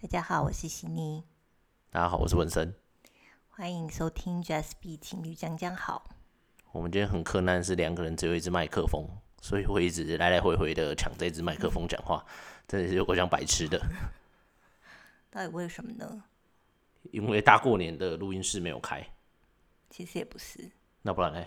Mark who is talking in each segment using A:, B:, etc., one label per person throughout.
A: 大家好，我是悉尼，
B: 大家好，我是文森。
A: 欢迎收听 Jazz B 情侣讲讲好。
B: 我们今天很困难，是两个人只有一支麦克风，所以会一直来来回回的抢这支麦克风讲话，真的是我像白痴的。
A: 到底为什么呢？
B: 因为大过年的录音室没有开，
A: 其实也不是，
B: 那不然呢？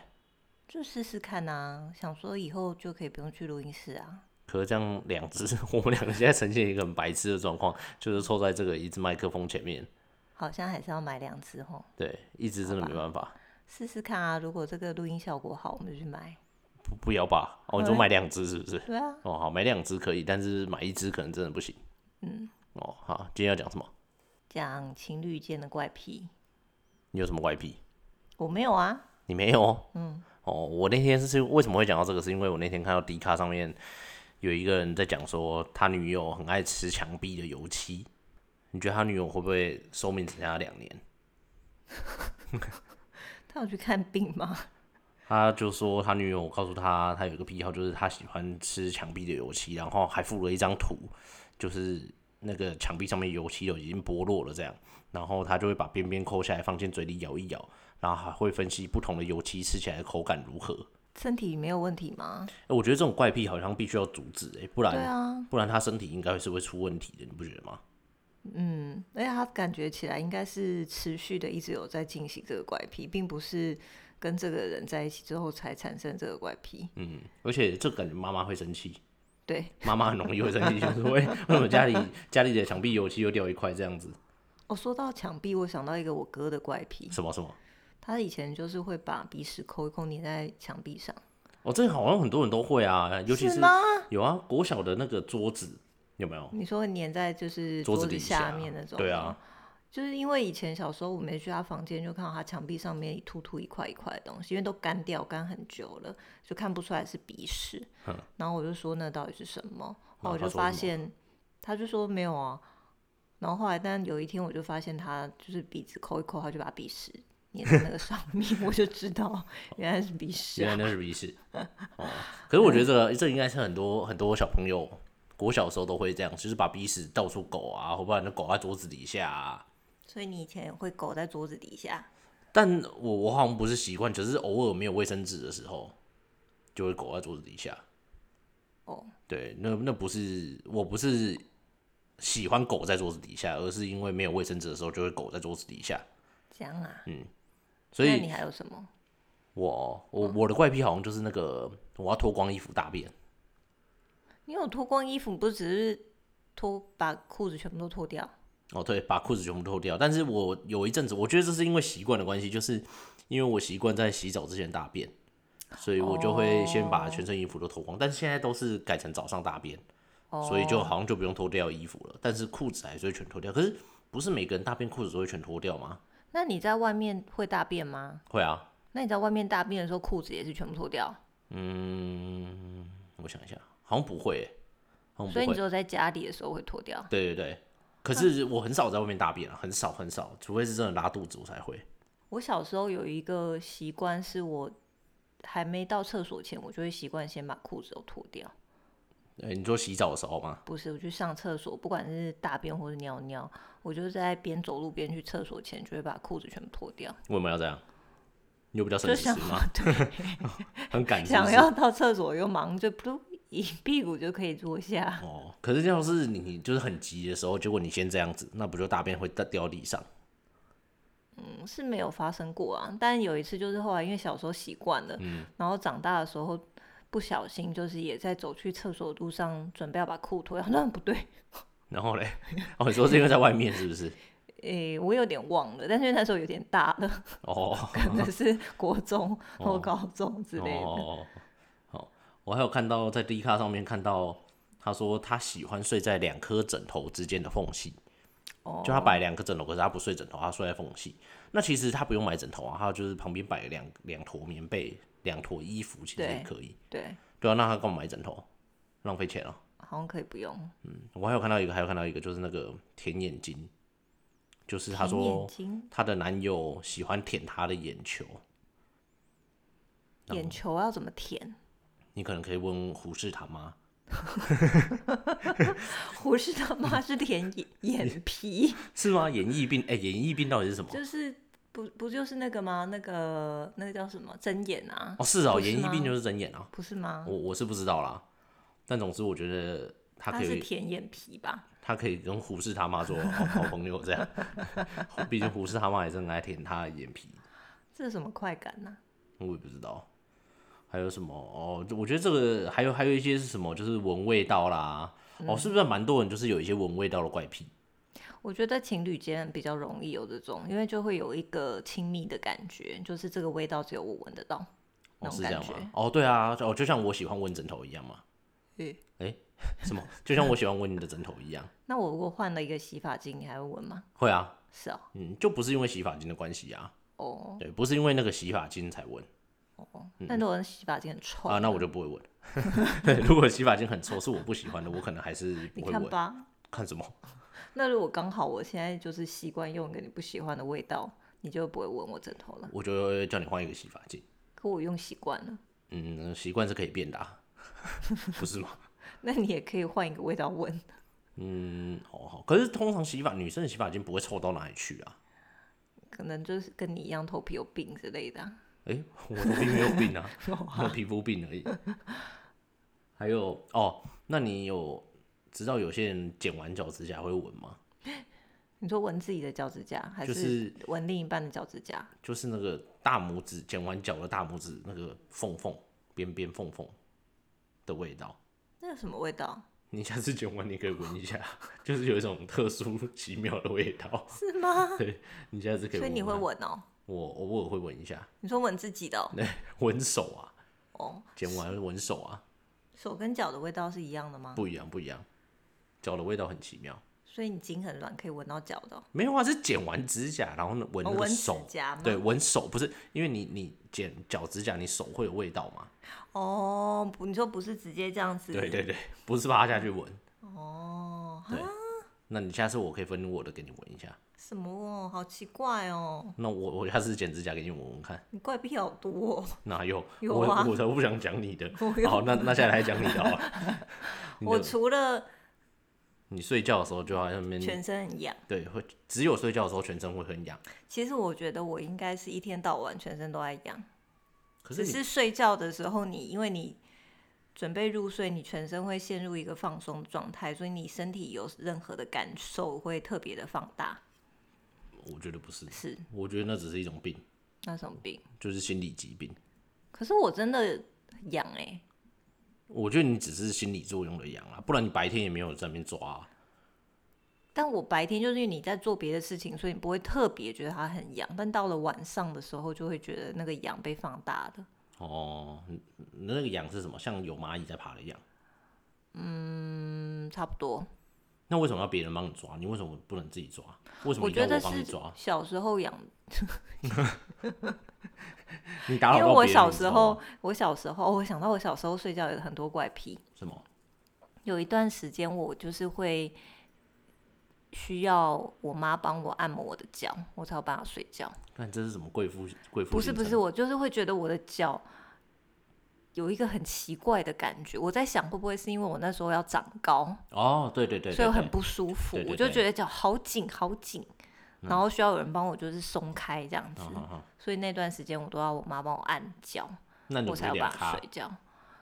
A: 就试试看啊。想说以后就可以不用去录音室啊。
B: 可是这样两只， 我们两个现在呈现一个很白痴的状况，就是凑在这个一支麦克风前面，
A: 好像还是要买两只吼，
B: 对，一直真的没办法，
A: 试试看啊。如果这个录音效果好，我们就去买。
B: 不不要吧？哦，你说买两只是不是？
A: 对啊，
B: 哦，好，买两只可以，但是买一只可能真的不行。
A: 嗯，
B: 哦，好，今天要讲什么？
A: 讲情侣间的怪癖，
B: 你有什么怪癖？
A: 我没有啊。
B: 你没有？嗯，哦，我那天是为什么会讲到这个？是因为我那天看到迪卡上面有一个人在讲说，他女友很爱吃墙壁的油漆。你觉得他女友会不会寿命只剩下两年？
A: 他有去看病吗？
B: 他就说他女友告诉他，他有一个癖好，就是他喜欢吃墙壁的油漆，然后还附了一张图，就是那个墙壁上面油漆都已经剥落了这样，然后他就会把边边抠下来，放进嘴里咬一咬，然后还会分析不同的油漆吃起来的口感如何。
A: 身体没有问题吗？
B: 欸我觉得这种怪癖好像必须要阻止、欸，不
A: 对
B: 然、
A: 啊，
B: 不然他身体应该是会出问题的，你不觉得吗？
A: 嗯，而且他感觉起来应该是持续的，一直有在进行这个怪癖，并不是跟这个人在一起之后才产生这个怪癖。
B: 嗯，而且这感觉妈妈会生气，
A: 对，
B: 妈妈很容易会生气，就是会为什么家里家里的墙壁油漆又掉一块这样子，
A: 哦，说到墙壁，我想到一个我哥的怪癖，
B: 什么什么？
A: 他以前就是会把鼻屎抠一抠粘在墙壁上，
B: 哦，这好像很多人都会啊，尤其是
A: 吗？
B: 有啊，国小的那个桌子有没有？
A: 你说粘在就是
B: 桌
A: 子
B: 底
A: 下面那种，
B: 对啊，，
A: 就是因为以前小时候我没去他房间，就看到他墙壁上面一突突一块一块的东西，因为都干掉干很久了，就看不出来是鼻屎。然后我就说那到底是什么？然后我
B: 他
A: 就
B: 说
A: 发
B: 什么
A: 现，他就说没有啊。然后后来，但有一天我就发现他就是鼻子抠一抠，他就把鼻屎粘在那个上面， 我就知道原来是鼻屎
B: 原来
A: 啊。
B: 那是鼻屎。哦，可是我觉得这个这应该是很多很多小朋友国小的时候都会这样，就是把鼻屎到处狗啊，或不然就狗在桌子底下啊。
A: 所以你以前会狗在桌子底下，
B: 但我我好像不是习惯，只是偶尔没有卫生纸的时候，就会狗在桌子底下。
A: 哦，
B: 对，那那不是我不是喜欢狗在桌子底下，而是因为没有卫生纸的时候就会狗在桌子底下。
A: 这样啊？
B: 嗯所
A: 那
B: 以
A: 你还有什么？
B: 我我我的怪癖好像就是那个我要脱光衣服大便。
A: 你有脱光衣服，不是只是脱把裤子全部都脱掉？
B: 哦，对，把裤子全部脱掉。但是我有一阵子，我觉得这是因为习惯的关系，就是因为我习惯在洗澡之前大便，所以我就会先把全身衣服都脱光。但是现在都是改成早上大便，
A: 哦
B: 所以就好像就不用脱掉衣服了。但是裤子还是会全脱掉。可是不是每个人大便裤子都会全脱掉吗？
A: 那你在外面会大便吗？
B: 会啊，
A: 那你在外面大便的时候，裤子也是全部脱掉，
B: 嗯，我想一下，好像不会耶、好像不
A: 所以你
B: 会
A: 只。有在家里的时候会脱掉。
B: 对对对，可是我很少在外面大便啊，很少很少，除非是真的拉肚子我才会。
A: 我小时候有一个习惯，是我还没到厕所前，我就会习惯先把裤子都脱掉。
B: 哎、你说洗澡的时候吗？
A: 不是，我去上厕所，不管是大便或是尿尿，我就在边走路边去厕所前，就会把裤子全部脱掉，
B: 为什么要这样？你有比较
A: 就
B: 省时
A: 想
B: 吗？
A: 对，
B: 很感是不
A: 想
B: 是
A: 要到厕所又忙，就噗一屁股就可以坐下。
B: 哦。可是要是你就是很急的时候，结果你先这样子，那不就大便会掉掉地上？
A: 嗯是没有发生过啊，但有一次就是后来因为小时候习惯了，
B: 嗯
A: 然后长大的时候不小心就是也在走去厕所的路上准备要把裤脱掉，那不对，
B: 然后嘞，哦，你说是因为在外面是不是？
A: 诶、我有点忘了，但是因为那时候有点大了，
B: 哦
A: 可能 是国中或高中之类的。
B: 哦，哦，我还有看到在 D 卡上面看到，他说他喜欢睡在两颗枕头之间的缝隙，
A: 哦
B: 就他摆两个枕头，可是他不睡枕头，他睡在缝隙。那其实他不用买枕头啊，他就是旁边摆两两坨棉被、两坨衣服，其实
A: 对
B: 也可以。
A: 对，
B: 对啊，那他干嘛买枕头？浪费钱啊！
A: 好像可以不用。
B: 我还有看到一个，还有看到一个，就是那个舔眼睛，就是她
A: 舔
B: 说
A: 眼睛，
B: 她的男友喜欢舔她的眼球。
A: 眼球要怎么舔？
B: 你可能可以问胡适他妈，
A: 胡适他妈是脸 眼眼皮，
B: 是吗？眼翳病，哎、眼翳病到底是什么？
A: 就是不不就是那个吗？那个那个叫什么针眼啊？
B: 哦，是哦，
A: 不是
B: 眼翳病
A: 吗嗯
B: 就是睁眼啊，
A: 不是吗？
B: 我我是不知道啦，但总之我觉得他
A: 他
B: 可
A: 是
B: 以，
A: 舔眼皮吧？
B: 他可以跟胡适他妈做好好朋友这样， 毕竟胡适他妈也是很爱舔他的眼皮，
A: 这是什么快感呢、
B: 我也不知道。还有什么哦？我觉得这个还有还有一些是什么，就是闻味道啦。
A: 嗯
B: 哦，是不是蛮多人就是有一些闻味道的怪癖？
A: 我觉得情侣间比较容易有这种，因为就会有一个亲密的感觉，就是这个味道只有我闻得到。那
B: 哦，
A: 种
B: 是这样
A: 感觉
B: 吗？哦，对啊，哦，就像我喜欢闻枕头一样嘛。
A: 嗯，
B: 什么？就像我喜欢闻你的枕头一样。
A: 那我如果换了一个洗发精，你还会闻吗？
B: 会啊，
A: 是哦，
B: 嗯，就不是因为洗发精的关系啊，
A: 哦
B: 对，不是因为那个洗发精才闻
A: 哦，那如果洗发精很臭
B: 嗯啊，那我就不会闻。 对，如果洗发精很臭是我不喜欢的，我可能还是不
A: 你
B: 会
A: 看
B: 闻。看
A: 吧。
B: 什么？
A: 那如果刚好我现在就是习惯用一个你不喜欢的味道，你就不会闻我枕头了。
B: 我就会叫你换一个洗发精。
A: 可我用习惯了，
B: 嗯，习惯是可以变的、啊，不是吗？
A: 那你也可以换一个味道闻。
B: 嗯，哦好。可是通常洗发女生的洗发精不会臭到哪里去啊。
A: 可能就是跟你一样头皮有病之类的啊、
B: 哎、我头皮没 有病啊，我皮肤病而已。还有哦，那你有知道有些人剪完脚趾甲会闻吗？
A: 你说闻自己的脚趾甲，还
B: 就是
A: 闻另一半的脚趾甲？
B: 就是那个大拇指剪完脚的大拇指那个缝缝边边缝缝的味道。
A: 那有什么味道？
B: 你下次剪完你可以闻一下， 就是有一种特殊奇妙的味 道。
A: 是 吗？
B: 你下次可
A: 所
B: 以
A: 以
B: 闻。
A: 你会？闻哦？
B: 我偶尔会闻一下，
A: 你说闻自己的哦？
B: 闻手啊，
A: 哦
B: 剪完闻手啊，
A: 手跟脚的味道是一样的吗？
B: 不一样不一样，脚的味道很奇妙。
A: 所以你筋很软，可以闻到脚的哦、
B: 没有啊，是剪完指甲，然后呢闻
A: 哦
B: 那个
A: 闻指
B: 手，
A: 甲吗
B: 对，闻手不是因为你你剪脚指甲，你手会有味道嘛？
A: 哦。不，你说不是直接这样子？
B: 对对。对，不是趴下去闻。
A: 哦，
B: 对，那你下次我可以分我的给你闻一下，
A: 什么哦？好奇怪哦！
B: 那我我下次剪指甲给你闻闻看。
A: 你怪癖好多、哦。
B: 哪有？
A: 有
B: 我
A: 啊
B: 我才不想讲你的。
A: 我有
B: 好，那那现在来讲你的好了。 你
A: 我
B: 的
A: 除了
B: 你睡觉的时候就在那边，
A: 全身很痒，
B: 对，会只有睡觉的时候全身会很痒。
A: 其实我觉得我应该是一天到晚全身都在痒。
B: 可是
A: 只
B: 你
A: 是睡觉的时候你，因为你准备入睡，你全身会陷入一个放松的状态，所以你身体有任何的感受会特别的放大。
B: 我觉得不是，
A: 是
B: 我觉得那只是一种病，
A: 那什么病？
B: 就是心理疾病。
A: 可是我真的痒哎、
B: 我觉得你只是心理作用的痒啦，不然你白天也没有在那边抓啊、
A: 但我白天就是因为你在做别的事情，所以你不会特别觉得它很痒，但到了晚上的时候，就会觉得那个痒被放大的。
B: 哦，嗯那个痒是什么？像有蚂蚁在爬的痒。
A: 嗯，差不多。
B: 那为什么要别人帮你抓？你为什么不能自己抓？为什么
A: 我
B: 一定
A: 觉
B: 要
A: 得
B: 我帮你
A: 是
B: 抓？
A: 小时候痒
B: 你打扰
A: 因
B: 到
A: 为我
B: 别人
A: 小
B: 你知
A: 时
B: 道
A: 候
B: 吗，
A: 我小时候，我想到我小时候睡觉有很多怪癖。
B: 什么？
A: 有一段时间，我就是会需要我妈帮我按摩我的脚，我才有办法睡觉。
B: 看这是什么贵妇贵妇？
A: 不是不是，，我就是会觉得我的脚有一个很奇怪的感觉。我在想，会不会是因为我那时候要长高，
B: 哦，对对对
A: 所以
B: 对
A: 我很
B: 对，
A: 不舒服，
B: 对对
A: 我就
B: 对嗯
A: 觉得脚好紧好紧，然后需要有人帮我就是松开这样子。
B: 嗯嗯嗯
A: 所以那段时间我都要我妈帮我按脚，
B: 那你
A: 我
B: 不是
A: 才有
B: 两
A: 办法
B: 咖？
A: 睡觉。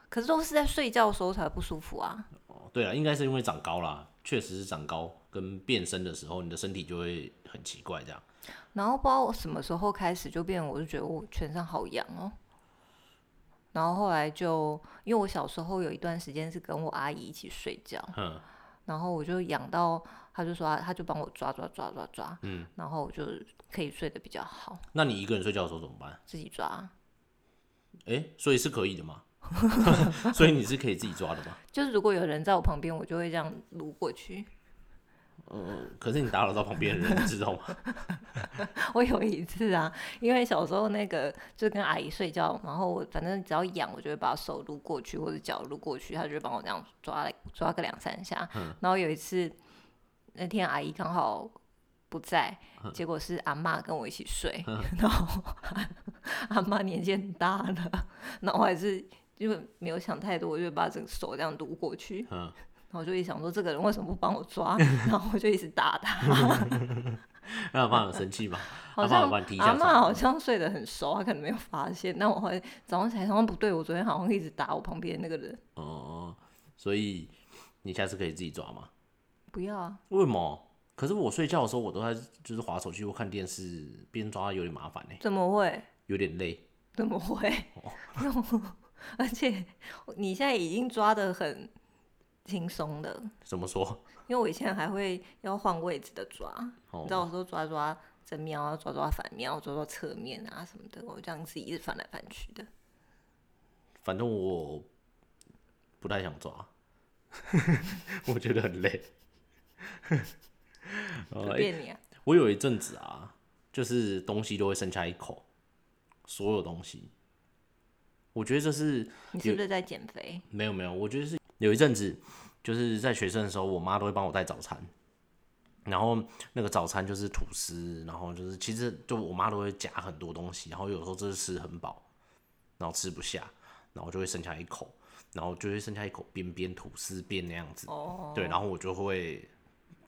A: 可是都是在睡觉的时候才不舒服啊。
B: 哦，对了，应该是因为长高啦，确实是长高跟变身的时候，你的身体就会很奇怪这样。
A: 然后不知道我什么时候开始就变，我就觉得我全身好痒哦。然后后来就，因为我小时候有一段时间是跟我阿姨一起睡觉，
B: 嗯，
A: 然后我就痒到，她就说她她就帮我抓抓抓抓抓，嗯，然后我就可以睡得比较好，
B: 那你一个人睡觉的时候怎么办？
A: 自己抓，
B: 哎、所以是可以的吗？ 所以你是可以自己抓的吗？
A: 就是如果有人在我旁边，我就会这样撸过去。
B: 可是你打扰到旁边的人，你知道吗？
A: 我有一次啊，因为小时候那个就跟阿姨睡觉，然后我反正只要痒，我就会把手撸过去或者脚撸过去，她就会帮我这样抓来抓个两三下。然后有一次那天阿姨刚好不在，结果是阿嬷跟我一起睡，然后阿嬷年纪很大了，然后我还是。因为没有想太多，我就把整个手这样撸过去，
B: 嗯，
A: 然后我就一想说这个人为什么不帮我抓， 然后我就一直打他。
B: 让阿爸很生气嘛，
A: 好
B: 阿
A: 像
B: 爸我把你踢
A: 阿
B: 下
A: 嬷
B: 床，
A: 好像睡得很熟，她可能没有发现。但我后来早上起来，好像不对，我昨天好像一直打我旁边那个人。
B: 哦哦，所以你下次可以自己抓嘛。
A: 不要啊，
B: 为什么？可是我睡觉的时候，我都在就是划手机或看电视，边抓有点麻烦呢、欸
A: 怎么会？
B: 有点累。
A: 怎么会？
B: 哦
A: 而且你现在已经抓得很轻松的，
B: 怎么说？
A: 因为我以前还会要换位置的抓，你知道，
B: 哦，
A: 有时候抓抓正面啊，抓抓反面啊，抓抓侧面啊什么的，我这样自己一直翻来翻去的。
B: 反正我不太想抓， 我觉得很累。哦
A: 随
B: 欸
A: 便你啊，
B: 我有一阵子啊，就是东西都会剩下一口，所有东西。我觉得这是
A: 你是不是
B: 哎
A: 在减肥？
B: 没有没有，我觉得是有一阵子，就是在学生的时候，我妈都会帮我带早餐，然后那个早餐就是吐司，然后就是其实就我妈都会夹很多东西，然后有时候就是吃很饱，然后吃不下，然后就会剩下一口，然后就会剩下一口边边吐司边那样子，
A: 哦，
B: 对，然后我就会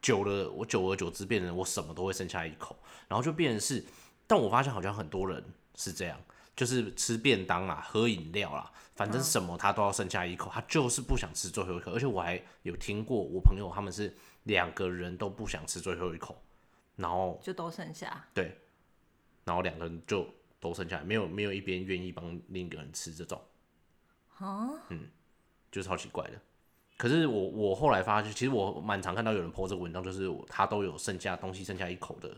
B: 久了，我久而久之变成我什么都会剩下一口，然后就变成是，但我发现好像很多人是这样，就是吃便当啦、喝饮料啦，反正什么他都要剩下一口，他就是不想吃最后一口。而且我还有听过我朋友他们是两个人都不想吃最后一口，然后
A: 就都剩下。
B: 对，然后两个人就都剩下来，没有没有一边愿意帮另一个人吃这种。嗯
A: 啊，
B: 就是超奇怪的。可是我我后来发现，其实我蛮常看到有人 po 这个文章，就是我他都有剩下东西剩下一口的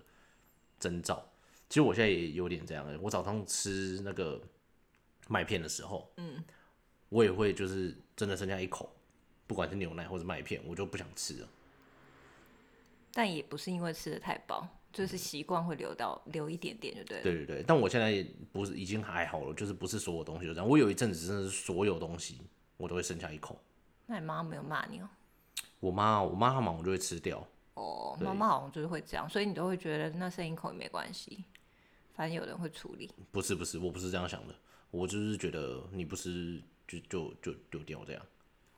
B: 征兆。其实我现在也有点这样、欸，我早上吃那个麦片的时候，嗯，我也会就是真的剩下一口，不管是牛奶或者麦片，我就不想吃了。
A: 但也不是因为吃的太饱，就是习惯会留到留一点点就对了。
B: 嗯对对对，但我现在也不是已经还好了，就是不是所有东西都这样。我有一阵子真的是所有东西我都会剩下一口，
A: 那你妈没有骂你哦？
B: 我妈我妈她忙我就会吃掉，
A: 哦，
B: 对
A: 妈妈好像就是会这样，所以你都会觉得那剩一口也没关系，反正有人会处理。
B: 不是不是，我不是这样想的，我就是觉得你不吃就就就丢掉这样。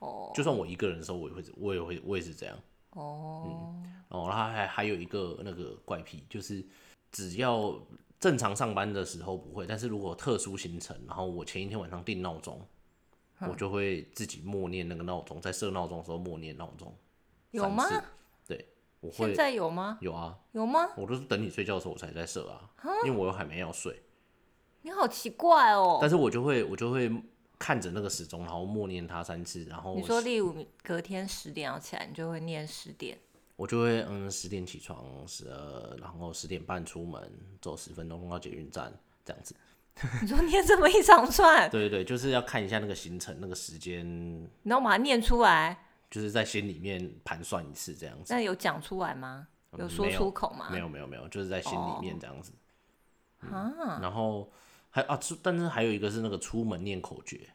A: 哦
B: 就算我一个人的时候，我也会，我也会，我也是这样。
A: 哦，
B: 哦，然后还还有一个那个怪癖，就是只要正常上班的时候不会，但是如果特殊行程，然后我前一天晚上定闹钟，我就会自己默念那个闹钟，在设闹钟的时候默念闹钟。
A: 有吗？
B: 三次对，我
A: 现
B: 会
A: 在有吗？
B: 有啊，
A: 有吗？
B: 我都是等你睡觉的时候我才在设啊，因为我又还没要睡。
A: 你好奇怪哦。
B: 但是我就会我就会看着那个时钟，然后默念它三次，然后
A: 你说，例如你隔天十点要起来，你就会念十点。
B: 我就会嗯十点起床，十二，然后十点半出门，走十分钟到捷运站这样子。
A: 你说念这么一长串，
B: 对对对，就是要看一下那个行程、那个时间，
A: 你要把它念出来，
B: 就是在心里面盘算一次这样子。
A: 那有讲出来吗？
B: 嗯
A: 有说
B: 没有
A: 出口吗？
B: 没有没有没有，就是在心里面这样子。嗯
A: 啊，
B: 然后还啊，出但是还有一个是那个出门念口诀，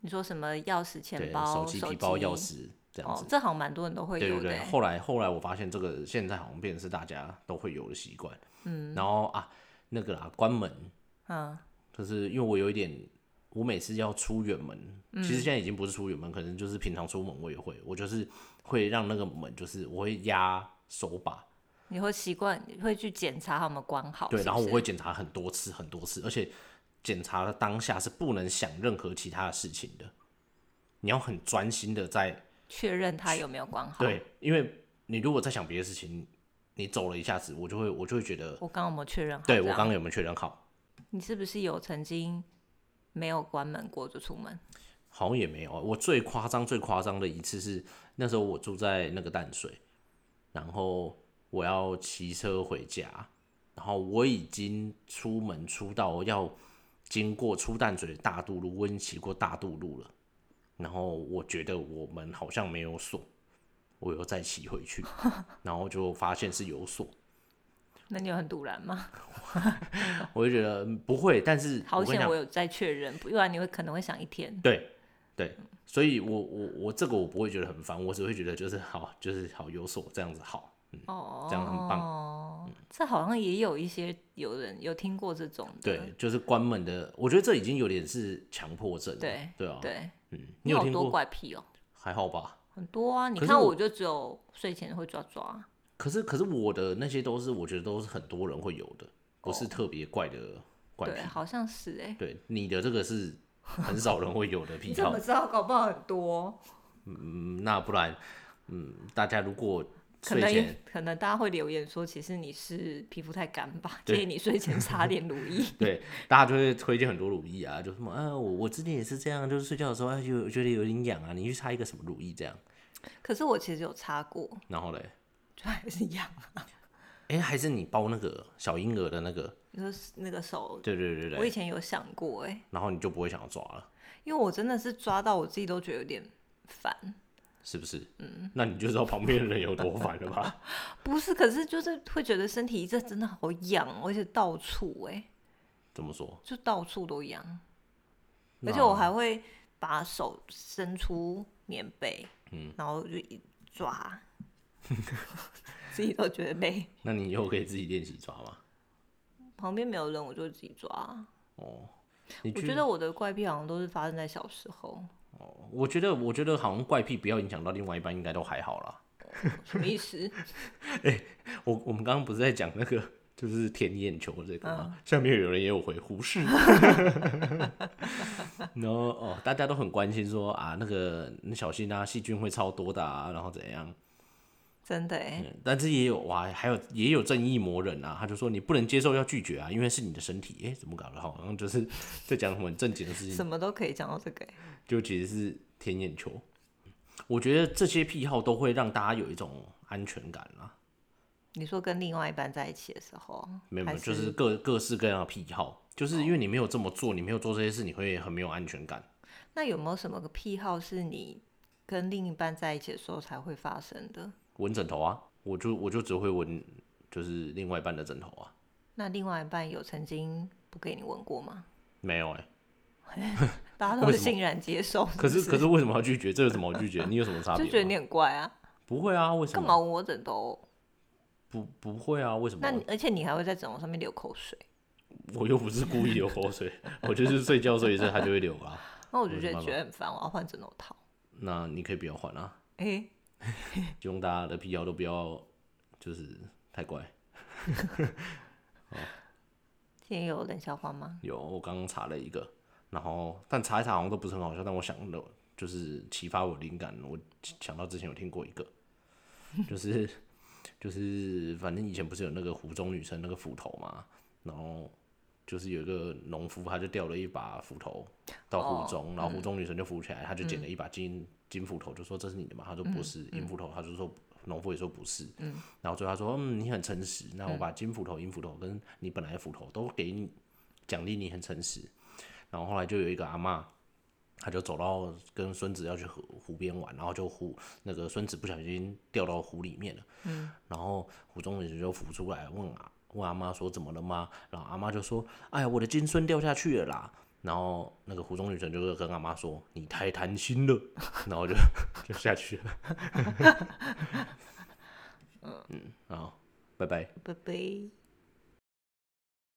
A: 你说什么钥匙、钱
B: 对，
A: 包、
B: 手
A: 手
B: 机、皮包、钥匙这样
A: 哦
B: 子，。
A: 这好像蛮多人都会
B: 对
A: 有
B: 对
A: 的
B: 对，
A: 欸。
B: 后来后来我发现这个现在好像变成是大家都会有的习惯。嗯，然后啊，那个啦，关门，
A: 嗯，
B: 就是因为我有一点，我每次要出远门，
A: 嗯
B: 其实现在已经不是出远门，可能就是平常出门我也会，我就是会让那个门就是我会压手把，
A: 你会习惯，你会去检查他们关好。
B: 对，
A: 哦是不
B: 然后我
A: 是
B: 会检查很多次很多次，而且检查的当下是不能想任何其他的事情的，你要很专心的在
A: 确认它有没有关好。，
B: 对，因为你如果在想别的事情，你走了一下子，我就会我就会觉得。
A: 我刚刚有没有确认好？
B: 对
A: 这
B: 我
A: 样
B: 刚刚有没有确认好？
A: 你是不是有曾经没有关门过就出门？
B: 好像也没有啊。我最夸张、最夸张的一次是那时候我住在那个淡水，然后我要骑车回家，然后我已经出门出到要经过出淡水的大渡路，我已经骑过大渡路了，然后我觉得我门好像没有锁，我又再骑 回去，然后就发现是有锁，
A: 那你有很突然吗？
B: 我就觉得嗯不会，但是
A: 好
B: 我跟你
A: 险
B: 讲
A: 我有在确认，不然你会可能会想一天。
B: 对对，所以我我我这个我不会觉得 嗯很烦，我只会觉得就是好，就是好有所这样子好，
A: 哦，
B: 这样很棒嗯
A: 棒。这好像也有一些有人有听过这种的，
B: 对，就是关门的，我觉得这已经有点是强迫症了。
A: 对
B: 对啊，
A: 对，
B: 嗯，你
A: 你
B: 有
A: 好
B: 听
A: 多
B: 过？
A: 怪癖哦，
B: 还好吧。
A: 很多啊。你
B: 可是
A: 看
B: 我
A: 我就只有睡前会抓抓，
B: 可是可是我的那些都是我觉得都是很多人会有的，不是特别怪的怪癖
A: 哦对，。好像是哎、
B: 对，你的这个是很少人会有的 癖
A: 你怎
B: 好
A: 么。知道？搞不好很多，
B: 嗯，那不然，嗯，大家如果
A: 可
B: 睡前
A: 能可能大家会留言说，其实你是皮肤太干吧，
B: 对
A: 建议你睡前擦点乳 液。
B: 对，大家就会推荐很多乳液啊，就什么啊，我我之前也是这样，就是睡觉的时候，哎，就觉得有点痒啊，你去擦一个什么乳液这样，
A: 可是我其实有擦过，
B: 然后嘞，
A: 就还是一样。
B: 哎、还是你包那个小婴儿的那个，
A: 你说那个手，
B: 对对对
A: 我以
B: 对，
A: 前有想过哎、
B: 然后你就不会想要抓了，
A: 因为我真的是抓到我自己都觉得有点烦。
B: 是不是？嗯，那你就知道旁边的人有多烦了吧？
A: 不是，可是就是会觉得身体这真的好痒，哦而且到处哎、
B: 怎么说？
A: 就到处都痒，
B: 那
A: 而且我还会把手伸出棉被，嗯，然后就一抓， 自己都觉得累。
B: 那你以后可以自己练习抓吗？
A: 旁边没有人，我就自己抓。
B: 哦，你
A: 我
B: 去
A: 觉得我的怪癖好像都是发生在小时候，
B: 我觉得，我觉得好像怪癖不要影响到另外一半，应该都还好啦。
A: 什么意思？
B: 我我们刚刚不是在讲那个就是舔眼球这个吗？下面有人也有回胡适，然后哦，大家都很关心说啊，那个你小心啊，细菌会超多的啊，然后怎样？
A: 真的哎、
B: 嗯但是也有哇，还有也有正义魔人啊，他就说你不能接受要拒绝啊，因为是你的身体。哎、怎么搞的？好像就是 在讲什么很正经的事情，
A: 什么都可以讲到这个、欸。
B: 就其实是舔眼球。我觉得这些癖好都会让大家有一种安全感啊啦，
A: 你说跟另外一半在一起的时候，
B: 没有，没
A: 还
B: 有，就是是各各式各样的癖好，就是因为你没有这么做，你没有做这些事，你会很没有安全感。
A: 那有没有什么个癖好是你跟另一半在一起的时候才会发生的？
B: 闻枕头啊，我就我就只会闻就是另外一半的枕头啊，
A: 那另外一半有曾经不给你闻过吗？
B: 没有哎、
A: 大家都
B: 为
A: 是
B: 什么
A: 欣然接受，
B: 可是
A: 不
B: 可是为什么要拒绝？这有什么好拒绝？你有什么差别
A: 就
B: 吗？
A: 觉得你很怪啊，
B: 不会啊？为什
A: 干
B: 么？
A: 嘛闻我枕头？
B: 不不会啊？为什么
A: 那？你而且你还会在枕头上面流口水，
B: 我又不是故意流口水，我就是睡觉睡一睡，它就会流啊。
A: 那我
B: 有
A: 就
B: 什
A: 觉得
B: 么办
A: 觉得很烦，我要换枕头套。
B: 那你可以不要换啊，
A: 哎、
B: 希望大家的癖好都不要就是太怪。
A: 今天有冷笑话吗？
B: 有，我刚刚查了一个，然后但查一查好像都不是很好笑，但我想的，就是启发我灵感，我想到之前有听过一个， 就是就是反正以前不是有那个湖中女神那个斧头嘛，然后就是有一个农夫他就掉了一把斧头到湖
A: 哦
B: 中，然后湖中女神就扶起来，他就捡了一把金、金斧头，就说这是你的吗？他说不是，银斧头，他就说农夫也说不是，然后最后他说嗯你很诚实，那我把金斧头、银斧头跟你本来的斧头都给你。奖励你很诚实。然后后来就有一个阿嬷，她就走到跟孙子要去河湖边玩，然后就湖那个孙子不小心掉到湖里面了，嗯，然后湖中人就浮出来问啊问阿妈说怎么了吗？然后阿妈就说：“哎呀，我的金孙掉下去了啦。”然后那个湖中女神就跟阿妈说：“你太贪心了。” 然后就就下去了。 嗯，好，拜拜。
A: 拜拜。